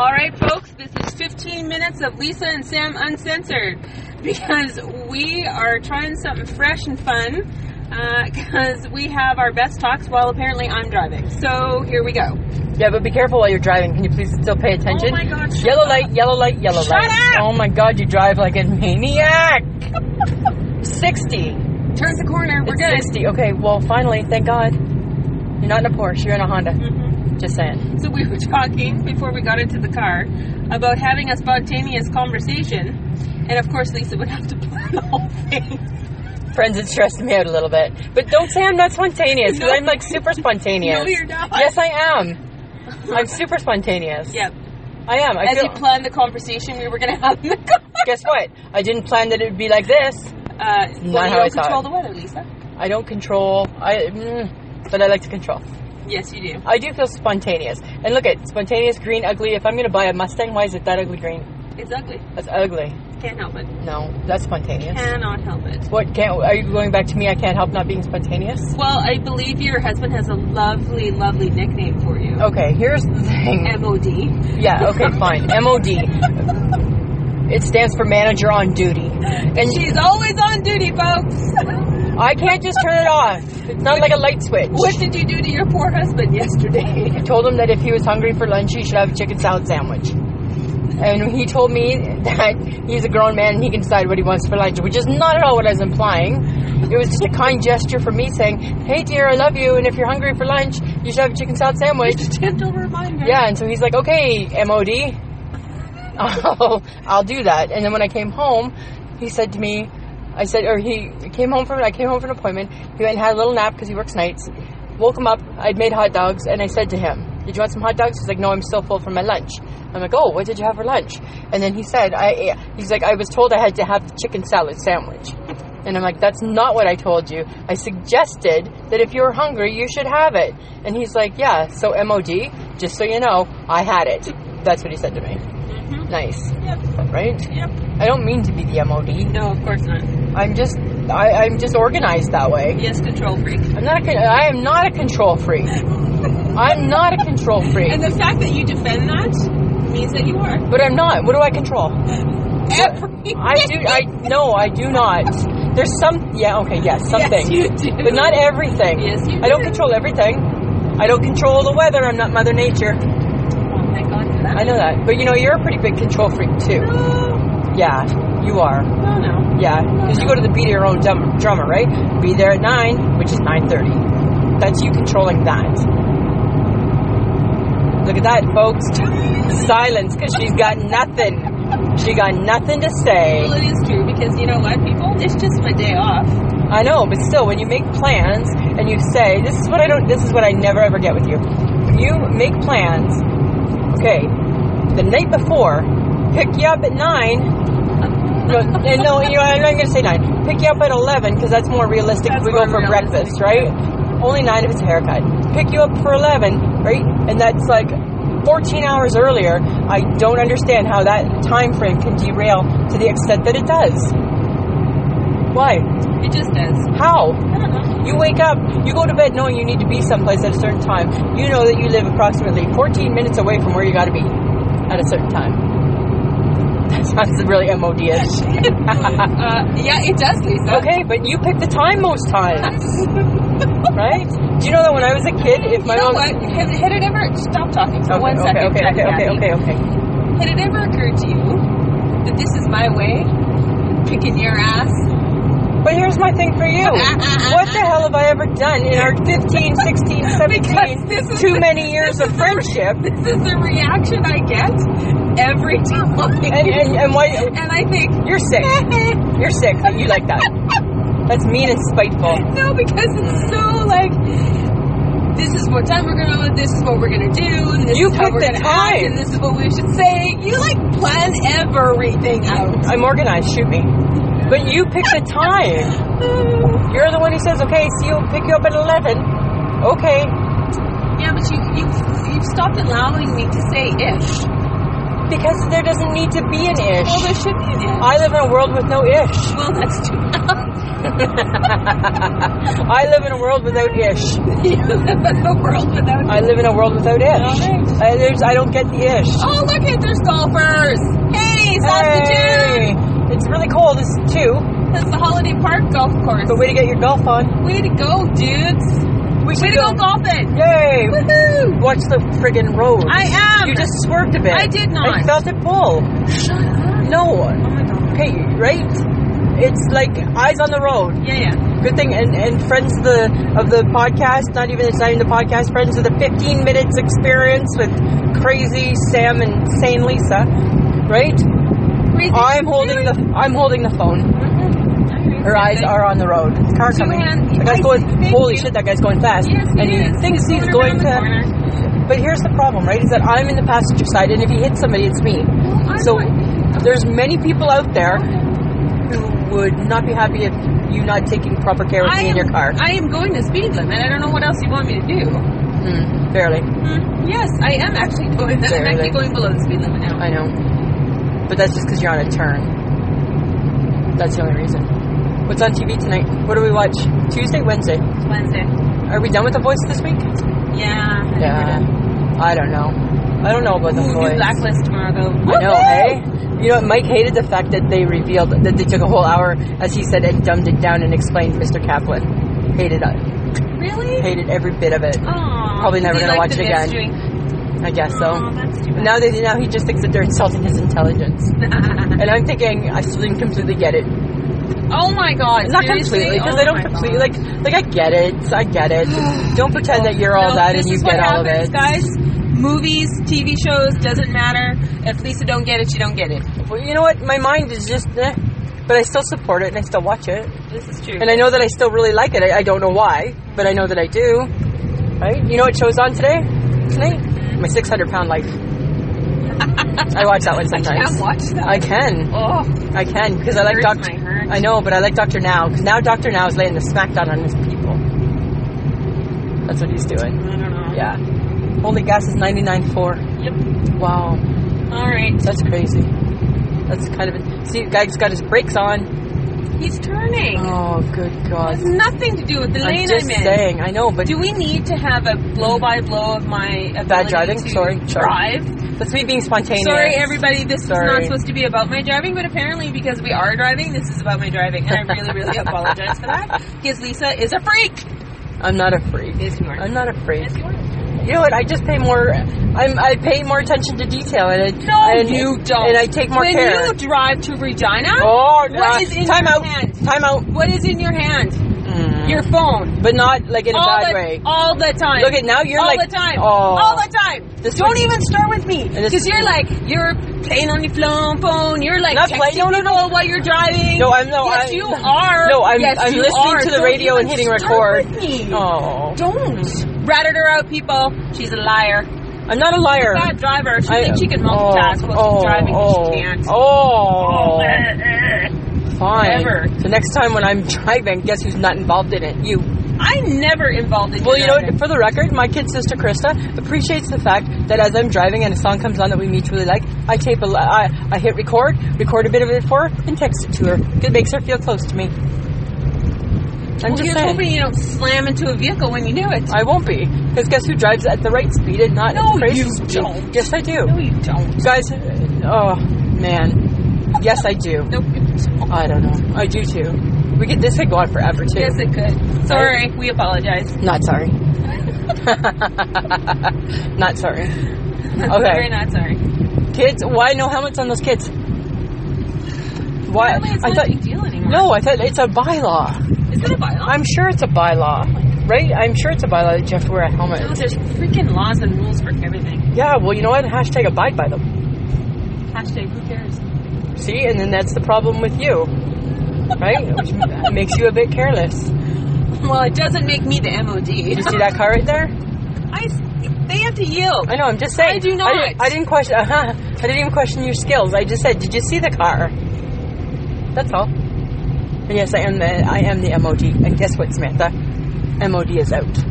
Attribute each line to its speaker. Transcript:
Speaker 1: All right, folks, this is 15 minutes of Lisa and Sam Uncensored because we are trying something fresh and fun because we have our best talks while apparently I'm driving. So here we go.
Speaker 2: Yeah, but be careful while you're driving. Can you please still pay attention?
Speaker 1: Oh my God, shut
Speaker 2: Yellow
Speaker 1: up.
Speaker 2: light, yellow light, yellow
Speaker 1: Shut
Speaker 2: light.
Speaker 1: up.
Speaker 2: Oh my god, you drive like a maniac. 60.
Speaker 1: Turn the corner, we're
Speaker 2: It's
Speaker 1: good.
Speaker 2: 60. Okay, well, finally, thank God. You're not in a Porsche, you're in a Honda.
Speaker 1: Mm-hmm.
Speaker 2: Just saying.
Speaker 1: So we were talking before we got into the car about having a spontaneous conversation, and of course Lisa would have to plan the whole thing.
Speaker 2: Friends, it stressed me out a little bit. But don't say I'm not spontaneous, because
Speaker 1: No.
Speaker 2: I'm like super spontaneous.
Speaker 1: No, you're not.
Speaker 2: Yes, I am. I'm super spontaneous.
Speaker 1: Yep.
Speaker 2: I am. I
Speaker 1: As
Speaker 2: feel,
Speaker 1: you planned the conversation we were going to have in the car.
Speaker 2: guess what? I didn't plan that it would be like this.
Speaker 1: Uh, well, you
Speaker 2: how
Speaker 1: don't
Speaker 2: I thought.
Speaker 1: control the weather, Lisa.
Speaker 2: I don't control. I, mm, but I like to control.
Speaker 1: Yes, you do.
Speaker 2: I do feel spontaneous. And look at spontaneous, green, ugly. If I'm gonna buy a Mustang, why is it that ugly green?
Speaker 1: It's ugly.
Speaker 2: That's ugly.
Speaker 1: Can't help it.
Speaker 2: No, that's spontaneous.
Speaker 1: Cannot help it.
Speaker 2: What can't? Are you going back to me? I can't help not being spontaneous.
Speaker 1: Well, I believe your husband has a lovely, lovely nickname for you.
Speaker 2: Okay, here's the thing.
Speaker 1: MOD.
Speaker 2: Yeah. Okay, fine. MOD. It stands for manager on duty, and
Speaker 1: She's always on duty, folks.
Speaker 2: I can't just turn it off. It's not like a light switch.
Speaker 1: what did you do to your poor husband yesterday?
Speaker 2: I told him that if he was hungry for lunch, he should have a chicken salad sandwich. And he told me that he's a grown man and he can decide what he wants for lunch, which is not at all what I was implying. It was just a kind gesture from me saying, "Hey, dear, I love you, and if you're hungry for lunch, you should have a chicken salad sandwich."
Speaker 1: Gentle reminder.
Speaker 2: Yeah, and so he's like, "Okay, MOD, I'll, I'll do that." And then when I came home, he said to me, "I said," or he came home from I came home from an appointment. He went and had a little nap because he works nights. Woke him up. I'd made hot dogs, and I said to him, "Did you want some hot dogs?" He's like, "No, I'm still full from my lunch." I'm like, "Oh, what did you have for lunch?" And then he said, "I." eh," He's like, "I was told I had to have the chicken salad sandwich." And I'm like, that's not what I told you. I suggested that if you were hungry, you should have it. And he's like, yeah, so MOD, just so you know, I had it. That's what he said to me. Nice,
Speaker 1: Mm-hmm. Yep.
Speaker 2: right?
Speaker 1: Yep.
Speaker 2: I don't mean to be the MOD.
Speaker 1: No, of course not.
Speaker 2: I'm just, I, I'm just organized that way.
Speaker 1: Yes, control freak.
Speaker 2: I'm not a, con- I am not a control freak. I'm not a control freak.
Speaker 1: And the fact that you defend that means that you are.
Speaker 2: But I'm not. What do I control?
Speaker 1: Every
Speaker 2: I do, I, no, I do not. There's some, yeah, okay, yes, something.
Speaker 1: Yes, you do.
Speaker 2: But not everything.
Speaker 1: Yes, you
Speaker 2: I don't
Speaker 1: do.
Speaker 2: control everything. I don't control the weather. I'm not Mother Nature.
Speaker 1: Oh my god, for that.
Speaker 2: I know that. But you know, you're a pretty big control freak too.
Speaker 1: No,
Speaker 2: Yeah, you are.
Speaker 1: no, no.
Speaker 2: Yeah, because you go to the beat of your own dum- drummer, right? Be there at nine, which is nine thirty. That's you controlling that. Look at that, folks. Silence, because she's got nothing. She got nothing to say.
Speaker 1: Well, it is true because you know what, people? It's just my day off.
Speaker 2: I know, but still, when you make plans and you say, "This is what I don't," this is what I never ever get with you. You make plans. Okay, the night before, pick you up at nine. No, and no, you know, I'm not going to say nine. Pick you up at eleven because that's more realistic. if
Speaker 1: That's
Speaker 2: we go
Speaker 1: more
Speaker 2: for
Speaker 1: realistic.
Speaker 2: breakfast, right? Only nine if it's a haircut. Pick you up for eleven, right? And that's like. 14 hours earlier, I don't understand how that time frame can derail to the extent that it does. Why?
Speaker 1: It just does.
Speaker 2: How?
Speaker 1: I don't know.
Speaker 2: You wake up, you go to bed knowing you need to be someplace at a certain time. You know that you live approximately 14 minutes away from where you gotta be at a certain time. That sounds really MOD ish.
Speaker 1: Uh, yeah, it does, Lisa.
Speaker 2: okay, but you pick the time most times, right? Do you know that when I was a kid, if my
Speaker 1: you know
Speaker 2: mom.
Speaker 1: what? Had, had it ever stop talking for
Speaker 2: Okay,
Speaker 1: one second?
Speaker 2: okay, okay, okay,
Speaker 1: Kathy.
Speaker 2: okay, okay, okay.
Speaker 1: Had it ever occurred to you that this is my way? Kicking your ass?
Speaker 2: But here's my thing for you. What the hell have I ever done in our 15, 16, 17,
Speaker 1: this
Speaker 2: too
Speaker 1: is-
Speaker 2: many years of friendship?
Speaker 1: This is the reaction I get every time.
Speaker 2: And, and, and why,
Speaker 1: And I think,
Speaker 2: You're sick. You're sick that you like that. That's mean and spiteful.
Speaker 1: no, because it's so like, this is what time we're going to live, this is what we're going to do, and this
Speaker 2: You
Speaker 1: is how
Speaker 2: pick
Speaker 1: we're
Speaker 2: the
Speaker 1: going to act,
Speaker 2: time.
Speaker 1: and this is what we should say. You like plan everything out.
Speaker 2: I'm organized. Shoot me. But you pick the time. You're the one who says, "Okay, see you. Pick you up at 11." Okay.
Speaker 1: Yeah, but you you've, you've stopped allowing me to say ish.
Speaker 2: Because there doesn't need to be an ish.
Speaker 1: Well, there should be an ish.
Speaker 2: I live in a world with no ish.
Speaker 1: well, that's too
Speaker 2: I live in a world without ish.
Speaker 1: you live in the world without.
Speaker 2: I live in a world without ish.
Speaker 1: Alright.
Speaker 2: I, there's, I don't get the ish.
Speaker 1: oh, look at there's golfers. Hey, substitute.
Speaker 2: Hey! It's really cold. It's two.
Speaker 1: That's the Holiday Park Golf Course.
Speaker 2: But way to get your golf on.
Speaker 1: Way to go, dudes.
Speaker 2: We
Speaker 1: Way to go golfing.
Speaker 2: Yay!
Speaker 1: Woohoo!
Speaker 2: Watch the friggin' road.
Speaker 1: I am.
Speaker 2: You just swerved a bit.
Speaker 1: I did not.
Speaker 2: I felt it pull.
Speaker 1: Shut up. Oh
Speaker 2: No.
Speaker 1: my god.
Speaker 2: Okay, right? It's like eyes on the road.
Speaker 1: Yeah, yeah.
Speaker 2: Good thing, and, and friends of the of the podcast, not even it's not even the podcast, friends of the 15 minutes experience with crazy Sam and Sane Lisa, right?
Speaker 1: Crazy.
Speaker 2: I'm holding the I'm holding the phone. Her eyes are on the road. Car
Speaker 1: Two
Speaker 2: coming.
Speaker 1: hands.
Speaker 2: That
Speaker 1: I
Speaker 2: guy's going.
Speaker 1: see. Thank
Speaker 2: Holy
Speaker 1: you.
Speaker 2: shit, that guy's going fast.
Speaker 1: Yes,
Speaker 2: and
Speaker 1: he
Speaker 2: he
Speaker 1: is.
Speaker 2: thinks he's
Speaker 1: going
Speaker 2: going
Speaker 1: around the corner.
Speaker 2: to. But here's the problem, right? Is that I'm in the passenger side, and if he hits somebody, it's me.
Speaker 1: Well, I'm
Speaker 2: So
Speaker 1: like-
Speaker 2: there's many people out there who would not be happy if you not taking proper care of
Speaker 1: I
Speaker 2: me
Speaker 1: am,
Speaker 2: in your car.
Speaker 1: I am going to speed limit. I don't know what else you want me to do.
Speaker 2: Hmm, barely.
Speaker 1: Hmm. Yes, I am actually going. I'm
Speaker 2: Barely.
Speaker 1: actually going below the speed limit now.
Speaker 2: I know. But that's just because you're on a turn. That's the only reason. What's on TV tonight? What do we watch? Tuesday, Wednesday.
Speaker 1: Wednesday.
Speaker 2: Are we done with The Voice this week?
Speaker 1: Yeah. I think we're done.
Speaker 2: I don't know. I don't know about The
Speaker 1: Ooh, new
Speaker 2: Voice.
Speaker 1: blacklist tomorrow. Though.
Speaker 2: I know, hey? You know, Mike hated the fact that they revealed that they took a whole hour, as he said, and dumbed it down and explained Mr. Kaplan. Hated it.
Speaker 1: Really?
Speaker 2: Hated every bit of it.
Speaker 1: Aw,
Speaker 2: Probably
Speaker 1: he
Speaker 2: never gonna
Speaker 1: liked
Speaker 2: watch
Speaker 1: the
Speaker 2: it again.
Speaker 1: mystery.
Speaker 2: I guess so.
Speaker 1: Aw, that's too bad.
Speaker 2: Now that now he just thinks that they're insulting his intelligence, and I'm thinking I still didn't completely get it.
Speaker 1: oh my god.
Speaker 2: Not
Speaker 1: seriously?
Speaker 2: completely because
Speaker 1: Oh
Speaker 2: I don't
Speaker 1: my
Speaker 2: completely
Speaker 1: God.
Speaker 2: like like I get it, I get it. don't pretend that you're all
Speaker 1: No,
Speaker 2: that
Speaker 1: this
Speaker 2: and you
Speaker 1: is what
Speaker 2: get all of
Speaker 1: happens,
Speaker 2: it.
Speaker 1: Guys, movies, TV shows, doesn't matter. If Lisa don't get it, she don't get it.
Speaker 2: Well, you know what? My mind is just, eh, but I still support it and I still watch it,
Speaker 1: This is true.
Speaker 2: and I know that I still really like it. I, I don't know why, but I know that I do. Right? You know what shows on today? Tonight, my 600 pound life. I watch that one
Speaker 1: can't
Speaker 2: sometimes.
Speaker 1: watch that.
Speaker 2: I can,
Speaker 1: oh,
Speaker 2: I can, because I like
Speaker 1: Hurts
Speaker 2: Doctor.
Speaker 1: my heart.
Speaker 2: I know, but I like Doctor Now because now Doctor Now is laying the smackdown on his people. That's what he's doing.
Speaker 1: I don't know.
Speaker 2: Yeah. Holy gas is 99.4.
Speaker 1: Yep.
Speaker 2: Wow.
Speaker 1: All right.
Speaker 2: That's crazy. That's kind of. A, see, guy's got his brakes on.
Speaker 1: He's turning.
Speaker 2: Oh, good God.
Speaker 1: It's nothing to do with the
Speaker 2: I'm
Speaker 1: lane
Speaker 2: just
Speaker 1: I'm in.
Speaker 2: saying. I know, but
Speaker 1: Do we need to have a blow by blow of my ability
Speaker 2: driving?
Speaker 1: to
Speaker 2: Sorry, sure.
Speaker 1: drive?
Speaker 2: that's me being spontaneous.
Speaker 1: Sorry, everybody. This is not
Speaker 2: Sorry.
Speaker 1: supposed to be about my driving, but apparently, because we are driving, this is about my driving, and I really, really apologize for that. Because Lisa is a freak.
Speaker 2: I'm not a freak.
Speaker 1: Yes, you are.
Speaker 2: I'm not a freak.
Speaker 1: Yes, you are.
Speaker 2: You know what? I just pay more. I'm, I pay more attention to detail, and I,
Speaker 1: No,
Speaker 2: and
Speaker 1: you don't.
Speaker 2: And I take more
Speaker 1: when
Speaker 2: care.
Speaker 1: you drive to Regina,
Speaker 2: oh,
Speaker 1: What
Speaker 2: nah.
Speaker 1: is in
Speaker 2: time
Speaker 1: your
Speaker 2: out.
Speaker 1: hand?
Speaker 2: Time out.
Speaker 1: what is in your hand?
Speaker 2: Mm.
Speaker 1: Your phone.
Speaker 2: but not like in a
Speaker 1: all
Speaker 2: bad
Speaker 1: the
Speaker 2: way.
Speaker 1: all the time.
Speaker 2: Look at now. You're
Speaker 1: all
Speaker 2: like
Speaker 1: the time.
Speaker 2: Oh,
Speaker 1: all the time.
Speaker 2: This
Speaker 1: Don't
Speaker 2: was-
Speaker 1: even start with me
Speaker 2: This-
Speaker 1: because you're like you're playing on your phone. Phone. You're like
Speaker 2: Not
Speaker 1: texting
Speaker 2: play- no, no, no.
Speaker 1: people while you're driving.
Speaker 2: No, I'm no.
Speaker 1: Yes,
Speaker 2: I'm,
Speaker 1: you are.
Speaker 2: No, I'm.
Speaker 1: Yes,
Speaker 2: I'm
Speaker 1: you
Speaker 2: listening
Speaker 1: are.
Speaker 2: to the
Speaker 1: Don't
Speaker 2: radio
Speaker 1: even
Speaker 2: and hitting
Speaker 1: start
Speaker 2: record.
Speaker 1: with me.
Speaker 2: Oh,
Speaker 1: Don't ratted her out, people. She's a liar.
Speaker 2: I'm not a liar.
Speaker 1: Bad driver. She
Speaker 2: I-
Speaker 1: thinks she can multitask
Speaker 2: oh,
Speaker 1: while
Speaker 2: oh,
Speaker 1: she's driving,
Speaker 2: Oh,
Speaker 1: but she can't.
Speaker 2: Oh,
Speaker 1: Eh, eh.
Speaker 2: fine.
Speaker 1: Ever.
Speaker 2: So next time when I'm driving, guess who's not involved in it? You.
Speaker 1: I'm never involved in.
Speaker 2: Well, you know,
Speaker 1: driving.
Speaker 2: what? for the record, my kid sister Krista appreciates the fact that as I'm driving and a song comes on that we mutually like, I tape a, li- I, I hit record, record a bit of it for her, and text it to her. It makes her feel close to me. I'm
Speaker 1: well,
Speaker 2: just
Speaker 1: you're
Speaker 2: saying.
Speaker 1: hoping you don't slam into a vehicle when you do it.
Speaker 2: I won't be. Because guess who drives at the right speed and not
Speaker 1: No,
Speaker 2: at the crazy
Speaker 1: you
Speaker 2: speed?
Speaker 1: don't.
Speaker 2: Yes, I do.
Speaker 1: No, you don't.
Speaker 2: Guys, oh, man. Yes, I do.
Speaker 1: Nope. you don't.
Speaker 2: I don't know. I do too. We could this could go on forever too.
Speaker 1: Yes, it could. Sorry, we apologize.
Speaker 2: Not sorry. Not sorry.
Speaker 1: Sorry,
Speaker 2: Okay,
Speaker 1: not sorry.
Speaker 2: kids. Why no helmets on those kids? Why?
Speaker 1: Apparently, it's
Speaker 2: I
Speaker 1: not
Speaker 2: thought
Speaker 1: a big deal anymore.
Speaker 2: no. I thought it's a bylaw.
Speaker 1: Is it a bylaw?
Speaker 2: I'm sure it's a bylaw, right? I'm sure it's a bylaw that you have to wear a
Speaker 1: No,
Speaker 2: helmet.
Speaker 1: there's freaking laws and rules for everything.
Speaker 2: Yeah. Well, you know what? Hashtag abide by them.
Speaker 1: Hashtag who cares?
Speaker 2: See, and then that's the problem with you, right? Which makes you a bit careless.
Speaker 1: Well, it doesn't make me the MOD.
Speaker 2: Did you see that car right there?
Speaker 1: I, they have to yield.
Speaker 2: I know. I'm just saying.
Speaker 1: I do
Speaker 2: I,
Speaker 1: not.
Speaker 2: didn't- I didn't question. Uh-huh, I didn't even question your skills. I just said, "Did you see the car?" That's all. And yes, I am the I am the MOD. And guess what, Samantha? MOD is out.